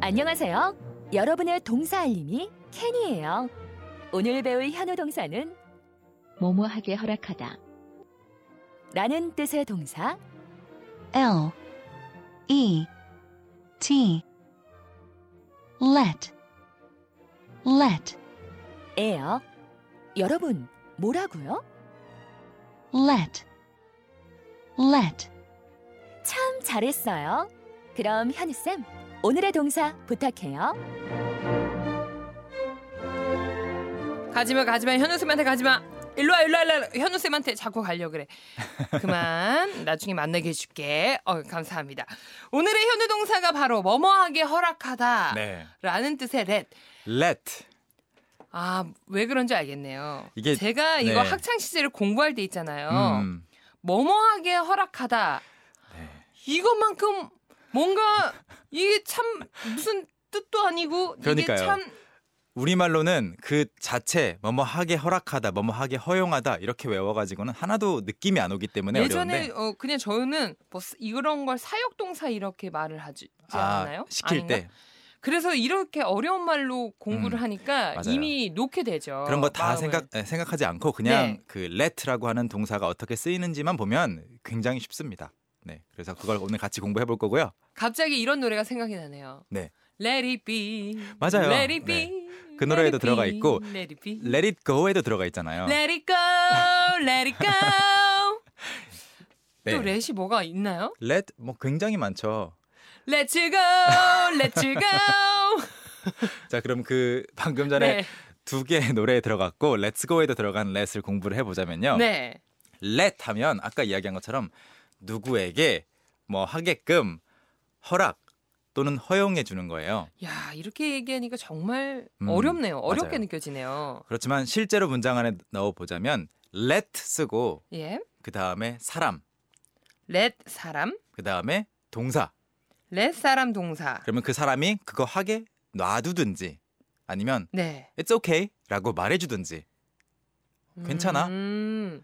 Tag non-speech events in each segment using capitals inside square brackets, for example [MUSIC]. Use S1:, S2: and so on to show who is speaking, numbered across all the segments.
S1: 안녕하세요. 여러분의 동사 알림이 캔이에요. 오늘 배울 현우 동사는
S2: 뭐뭐하게 허락하다.
S1: 라는 뜻의 동사
S2: L E T let let
S1: 에요. 여러분, 뭐라고요?
S2: let let
S1: 참 잘했어요. 그럼 현우쌤, 오늘의 동사 부탁해요.
S3: 가지마 가지마 현우 쌤한테 가지마 일로 와 일로 와 일로 와 현우 쌤한테 자꾸 가려 그래 그만 [LAUGHS] 나중에 만나게 해줄게 어 감사합니다 오늘의 현우 동사가 바로 뭐뭐하게 허락하다라는
S4: 네.
S3: 뜻의 렛
S4: Let.
S3: 아, 왜 그런지 알겠네요.
S4: 이게-
S3: 제가 이거
S4: 네.
S3: 학창 시절에 공부할 때 있잖아요.
S4: 음.
S3: 뭐뭐하게 허락하다.
S4: 네.
S3: 이것만큼 뭔가 이게 참 무슨 뜻도 아니고
S4: 그러니까요.
S3: 이게 참
S4: 우리말로는 그 자체 뭐뭐 하게 허락하다, 뭐뭐 하게 허용하다 이렇게 외워 가지고는 하나도 느낌이 안 오기 때문에
S3: 예전에
S4: 어려운데.
S3: 어, 그냥 저는 뭐 쓰- 이런 걸 사역동사 이렇게 말을 하지 않았나요?
S4: 아, 시킬
S3: 아닌가?
S4: 때
S3: 그래서 이렇게 어려운 말로 공부를
S4: 음,
S3: 하니까
S4: 맞아요.
S3: 이미 놓게 되죠.
S4: 그런 거 다
S3: 어, 마음을.
S4: 생각 에, 생각하지 않고 그냥
S3: 네.
S4: 그 let라고 하는 동사가 어떻게 쓰이는지만 보면 굉장히 쉽습니다. 네. 그래서 그걸 오늘 같이 공부해 볼 거고요.
S3: 갑자기 이런 노래가 생각이 나네요.
S4: 네.
S3: Let it be.
S4: 맞아요.
S3: Let it be.
S4: 네. 그
S3: Let
S4: 노래에도
S3: it
S4: 들어가
S3: be,
S4: 있고. 음.
S3: Let it be.
S4: Let it go에도 들어가 있잖아요.
S3: Let it go. Let it go.
S4: [LAUGHS] 네.
S3: 또 렛이 뭐가 있나요?
S4: let 뭐 굉장히 많죠.
S3: Let's go. Let's
S4: [LAUGHS]
S3: go.
S4: 자, 그럼 그 방금 전에
S3: 네.
S4: 두 개의 노래에 들어갔고 let's go에도 들어간 let을 공부를 해 보자면요.
S3: 네.
S4: let 하면 아까 이야기한 것처럼 누구에게 뭐 하게끔 허락 또는 허용해 주는 거예요.
S3: 야 이렇게 얘기하니까 정말
S4: 음,
S3: 어렵네요. 어렵게
S4: 맞아요.
S3: 느껴지네요.
S4: 그렇지만 실제로 문장 안에 넣어 보자면 let 쓰고
S3: 예,
S4: 그다음에 사람,
S3: let 사람,
S4: 그다음에 동사.
S3: let 사람 동사.
S4: 그러면 그 사람이 그거 하게 놔두든지 아니면
S3: 네,
S4: it's okay라고 말해 주든지. 괜찮아. 음.
S3: 음,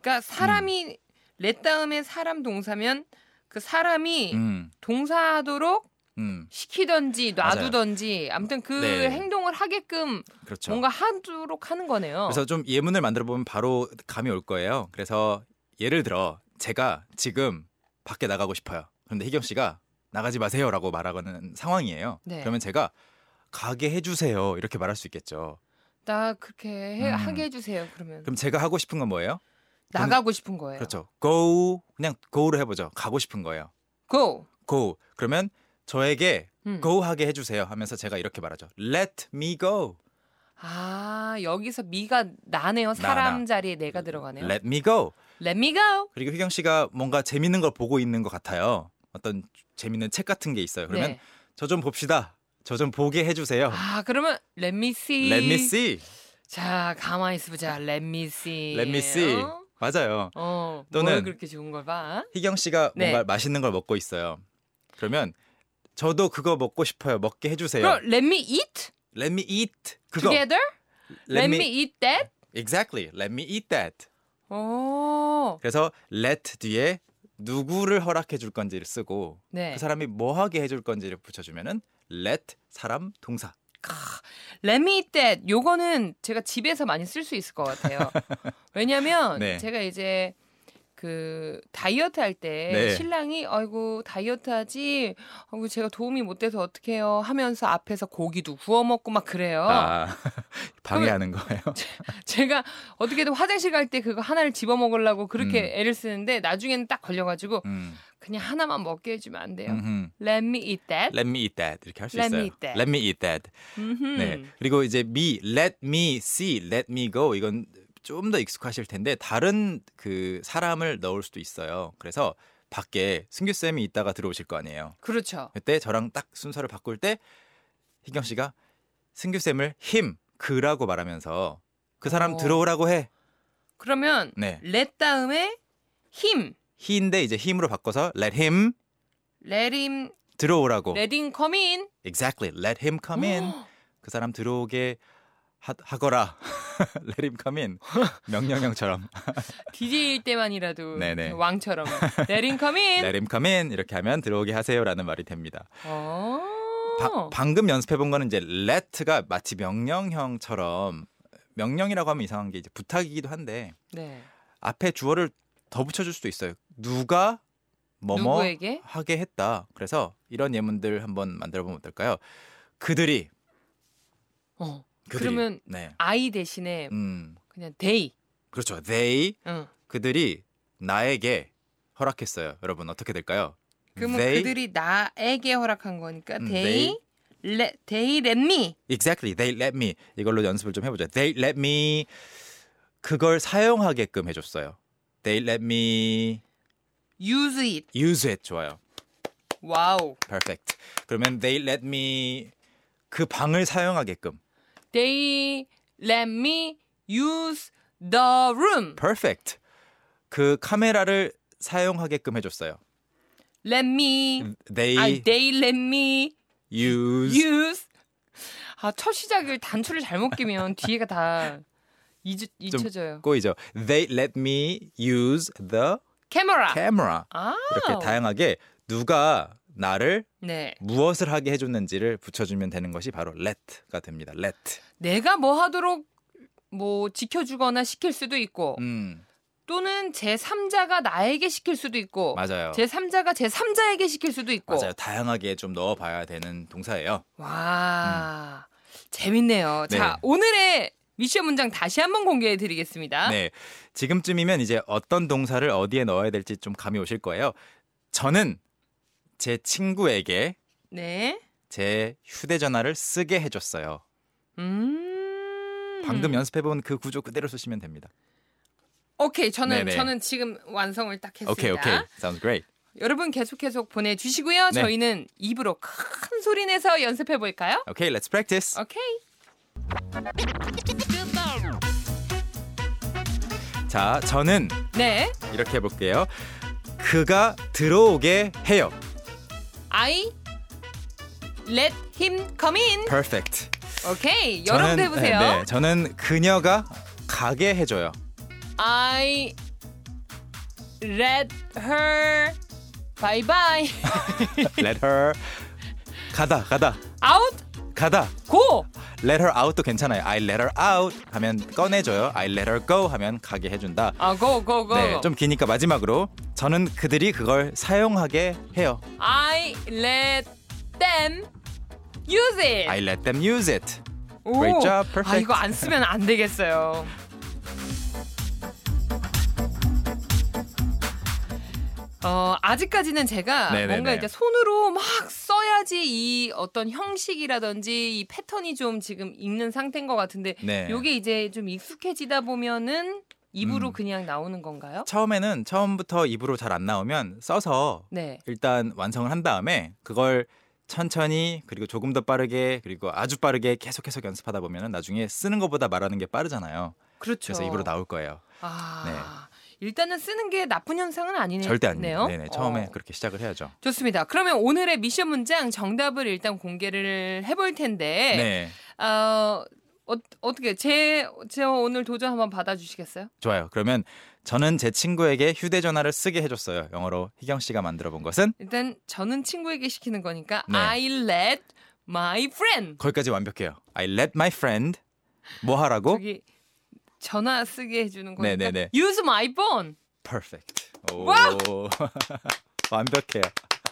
S3: 그러니까 사람이 let 다음에 사람 동사면 그 사람이
S4: 음.
S3: 동사하도록
S4: 음.
S3: 시키던지
S4: 맞아요.
S3: 놔두던지 아무튼 그
S4: 네.
S3: 행동을 하게끔
S4: 그렇죠.
S3: 뭔가 하도록 하는 거네요.
S4: 그래서 좀 예문을 만들어 보면 바로 감이 올 거예요. 그래서 예를 들어 제가 지금 밖에 나가고 싶어요. 그런데 희경 씨가 나가지 마세요라고 말하는 상황이에요.
S3: 네.
S4: 그러면 제가 가게 해주세요 이렇게 말할 수 있겠죠.
S3: 나 그렇게 해,
S4: 음.
S3: 하게 해주세요. 그러면
S4: 그럼 제가 하고 싶은 건 뭐예요? 그럼-
S3: 나가고 싶은 거예요.
S4: 그렇죠. go 그냥 go로 해보죠. 가고 싶은 거예요.
S3: go.
S4: go 그러면 저에게
S3: 음.
S4: go 하게 해주세요 하면서 제가 이렇게 말하죠. Let me go.
S3: 아 여기서 미가 나네요. 사람
S4: 나, 나.
S3: 자리에 내가 들어가네요.
S4: Let me go.
S3: Let me go.
S4: 그리고 희경 씨가 뭔가 재밌는 걸 보고 있는 것 같아요. 어떤 재밌는 책 같은 게 있어요. 그러면
S3: 네.
S4: 저 좀 봅시다. 저 좀 보게 해주세요.
S3: 아 그러면 let me see.
S4: Let me see.
S3: 자 가만히 있어 보자. Let me see.
S4: Let me see. 맞아요.
S3: 어,
S4: 또는-
S3: 뭘 그렇게 좋은 걸 봐?
S4: 희경 씨가
S3: 네.
S4: 뭔가 맛있는 걸 먹고 있어요. 그러면 저도 그거 먹고 싶어요. 먹게 해주세요.
S3: 그럼 let me eat
S4: Let me eat. 네. 그거.
S3: together. Let, me... eat that.
S4: Exactly. Let me eat that.
S3: 오,
S4: 그래서 let 뒤에 누구를 허락해 줄 건지를 쓰고
S3: 네.
S4: 그 사람이 뭐 하게 해줄 건지를 붙여주면은 let 사람 동사.
S3: Let me eat that. 요거는 제가 집에서 많이 쓸 수 있을 것
S4: [LAUGHS]
S3: 같아요. 왜냐면
S4: 네.
S3: 제가 이제 그 다이어트 할 때
S4: 네.
S3: 신랑이 아이고 다이어트 하지. 아이고 제가 도움이 못 돼서 어떡해요 하면서 앞에서 고기도 구워 먹고 막 그래요.
S4: 아 [LAUGHS] 방해하는 거예요.
S3: 제가 어떻게든 화장실 갈 때 그거 하나를 집어 먹으려고 그렇게
S4: 음.
S3: 애를 쓰는데 나중에는 딱 걸려 가지고
S4: 음.
S3: 그냥 하나만 먹게 해 주면 안 돼요.
S4: 음흠.
S3: Let me eat that.
S4: Let me eat that 이렇게 할 수
S3: Let
S4: 있어요.
S3: me eat that.
S4: Let me eat that.
S3: 음흠.
S4: 네. 그리고 이제 me, let me see, let me go 이건 좀 더 익숙하실 텐데 다른 그 사람을 넣을 수도 있어요. 그래서 밖에 승규 쌤이 있다가 들어오실 거 아니에요.
S3: 그렇죠.
S4: 그때 저랑 딱 순서를 바꿀 때 희경 씨가 승규 쌤을 him, 그라고 말하면서 그 사람
S3: 어.
S4: 들어오라고 해.
S3: 그러면
S4: 네.
S3: let 다음에 him.
S4: he인데 이제 him으로 바꿔서 let him
S3: Let him
S4: 들어오라고.
S3: let him come in.
S4: Exactly. Let him
S3: [GASPS]
S4: come in. 그 사람 들어오게 하, 하거라. [LAUGHS] Let him
S3: [LAUGHS]
S4: come in. 명령형처럼
S3: DJ일 때만이라도
S4: 네네. [LAUGHS]
S3: 왕처럼 let him come in.
S4: Let him come in 이렇게 하면 들어오게 하세요라는 말이 됩니다.
S3: 어.
S4: 바- 방금 연습해 본 거는 이제 let가 마치 명령형처럼 명령이라고 하면 이상한 게 이제 부탁이기도 한데
S3: 네.
S4: 앞에 주어를 더 붙여줄 수도 있어요. 누가 뭐뭐
S3: 누구에게?
S4: 하게 했다. 그래서 이런 예문들 한번 만들어 보면 어떨까요? 그들이
S3: 어.
S4: 그들이
S3: 그러면-
S4: 네.
S3: I 대신에
S4: 음.
S3: 그냥 they.
S4: 그렇죠. they
S3: 응.
S4: 그들이 나에게 허락했어요. 여러분 어떻게 될까요?
S3: 그러면
S4: They-
S3: 뭐 그들이 나에게 허락한 거니까
S4: 음,
S3: they, let they let me.
S4: exactly they let me 이걸로 연습을 좀 해보자. They let me 그걸 사용하게끔 해줬어요. They let me
S3: use it.
S4: use it 좋아요.
S3: 와우.
S4: perfect. 그러면 they let me 그 방을 사용하게끔
S3: they let me use the room.
S4: perfect. 그 카메라를 사용하게끔 해줬어요.
S3: let me
S4: 음, They
S3: 아, they let me
S4: use
S3: use 아, 첫 시작을 단추를 잘못 끼면 [LAUGHS] 뒤에가 다 잊, 잊혀져요.
S4: 꼬이죠. They let me use the
S3: 카메라.
S4: camera.
S3: 아.
S4: 이렇게 다양하게 누가 나를
S3: 네.
S4: 무엇을 하게 해줬는지를 붙여주면 되는 것이 바로 let가 됩니다. let.
S3: 내가 뭐 하도록 뭐 지켜주거나 시킬 수도 있고
S4: 음
S3: 또는 제 3자가 나에게 시킬 수도 있고
S4: 맞아요.
S3: 어, 제 3자가 제 3자에게 시킬 수도 있고
S4: 맞아요. 다양하게 좀 넣어봐야 되는 동사예요.
S3: 와 재밌네요.
S4: 음. 네.
S3: 자 오늘의 미션 문장 다시 한번 공개해 드리겠습니다.
S4: 네. 지금쯤이면 이제 어떤 동사를 어디에 넣어야 될지 좀 감이 오실 거예요. 저는 제 친구에게
S3: 네.
S4: 제 휴대전화를 쓰게 해줬어요.
S3: 음.
S4: 방금 연습해본 그 구조 그대로 쓰시면 됩니다.
S3: 오케이 저는
S4: 네네.
S3: 저는 지금 완성을 딱 했습니다.
S4: 오케이, 오케이. Sounds great.
S3: 여러분 계속 계속 보내주시고요.
S4: 네.
S3: 저희는 입으로 큰 소리 내서 연습해 볼까요?
S4: 오케이, let's practice.
S3: 오케이.
S4: 자, 저는
S3: 네.
S4: 이렇게 해볼게요. 그가 들어오게 해요.
S3: I let him come in.
S4: Perfect.
S3: 오케이. 여러분도
S4: 저는-
S3: 해보세요.
S4: 네, 네. 저는 그녀가 가게 해줘요.
S3: I let her bye bye
S4: Let her 가다 가다
S3: out
S4: 가다.
S3: go.
S4: Let her out도 괜찮아요. I let her out 하면 꺼내줘요. I let her go 하면 가게 해준다.
S3: 아 go go go.
S4: 네, 좀 기니까 마지막으로 저는 그들이 그걸 사용하게 해요.
S3: I let them use it.
S4: I let them use it.
S3: 오.
S4: great job,
S3: 아
S4: perfect.
S3: 이거 안 쓰면 안 되겠어요. 어 아직까지는 제가
S4: 네네네.
S3: 뭔가 이제 손으로 막 써야지 이 어떤 형식이라든지 이 패턴이 좀 지금 읽는 상태인 것 같은데
S4: 네.
S3: 요게 이제 좀 익숙해지다 보면은 입으로
S4: 음.
S3: 그냥 나오는 건가요?
S4: 처음에는 처음부터 입으로 잘 안 나오면 써서
S3: 네.
S4: 일단 완성을 한 다음에 그걸 천천히 그리고 조금 더 빠르게 그리고 아주 빠르게 계속해서 연습하다 보면 나중에 쓰는 것보다 말하는 게 빠르잖아요.
S3: 그렇죠.
S4: 그래서 입으로 나올 거예요.
S3: 아 일단은 쓰는 게 나쁜 현상은 아니네요.
S4: 절대 아니에요. 네네, 처음에
S3: 어.
S4: 그렇게 시작을 해야죠.
S3: 좋습니다. 그러면 오늘의 미션 문장 정답을 일단 공개를 해볼 텐데
S4: 네,
S3: 어, 어, 떻게 제, 제 오늘 도전 한번 받아주시겠어요?
S4: 좋아요. 그러면 저는 제 친구에게 휴대전화를 쓰게 해줬어요. 영어로 희경 씨가 만들어 본 것은
S3: 일단 저는 친구에게 시키는 거니까
S4: 네.
S3: I let my friend
S4: 거기까지 완벽해요. I let my friend 뭐 하라고?
S3: 저기 전화 쓰게 해주는 거니까
S4: 네네네.
S3: use my phone
S4: Perfect. 오.
S3: 와!
S4: [LAUGHS] 완벽해요.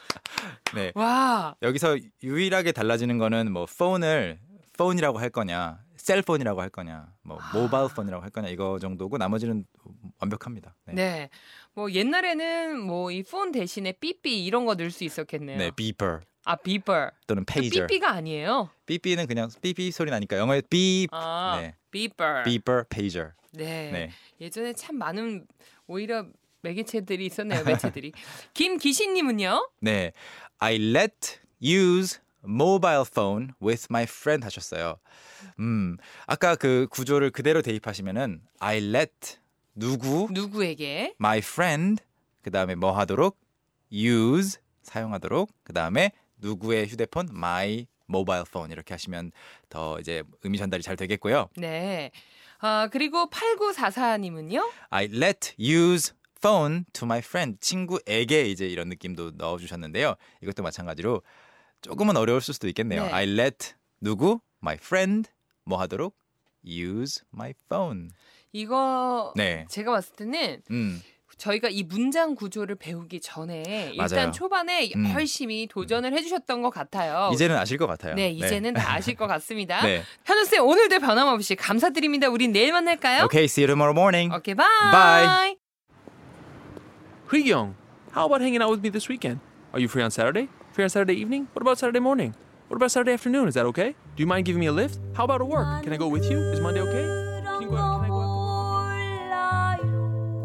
S4: [LAUGHS] 네.
S3: 와
S4: 여기서 유일하게 달라지는 거는 뭐 폰을 폰이라고 할 거냐, 셀폰이라고 할 거냐, 뭐
S3: 아.
S4: 모바일 폰이라고 할 거냐 이거 정도고 나머지는 완벽합니다. 네.
S3: 네. 뭐 옛날에는 뭐 이 폰 대신에 삐삐 이런 거 넣을 수 있었겠네요.
S4: 네, beeper
S3: 아 비버.
S4: 또는 pager.
S3: 삐삐가 아니에요.
S4: 삐삐는 그냥 삐삐 소리 나니까 영어에 beep,
S3: 아
S4: 네.
S3: 비버.
S4: beeper, pager.
S3: 네.
S4: 네.
S3: 예전에 참 많은 오히려 매개체들이 있었네요. 매체들이.
S4: [LAUGHS]
S3: 김기신님은요.
S4: 네, I let use mobile phone with my friend 하셨어요. 음, 아까 그 구조를 그대로 대입하시면은 I let 누구
S3: 누구에게?
S4: my friend 그 다음에 뭐 하도록 use 사용하도록 그 다음에 누구의 휴대폰 my mobile phone 이렇게 하시면 더 이제 의미 전달이 잘 되겠고요.
S3: 네. 아 그리고 8944님은요.
S4: I let use phone to my friend 친구에게 이제 이런 느낌도 넣어주셨는데요. 이것도 마찬가지로 조금은 어려울 수도 있겠네요.
S3: 네.
S4: I let 누구 my friend 뭐 하도록 use my phone.
S3: 이거
S4: 네.
S3: 제가 봤을 때는
S4: 음.
S3: 저희가 이 문장 구조를 배우기 전에 일단
S4: 맞아요.
S3: 초반에
S4: 음.
S3: 열심히 도전을 해주셨던 것 같아요.
S4: 이제는 아실 것 같아요.
S3: 어, 네, 이제는 다 아실 것 같습니다.
S4: 네.
S3: 현우 쌤 오늘도 변함없이 감사드립니다. 우린 내일 만날까요?
S4: Okay, see you tomorrow morning.
S3: 오케이, 바이.
S4: Bye.
S5: Young, how about hanging out with me this weekend? Are you free on Saturday? Free on Saturday evening? What about Saturday morning? What about Saturday afternoon? Is that okay? Do you mind giving me a lift? How about at work? Can I go with you? Is Monday okay? Can you go out? Can I go out?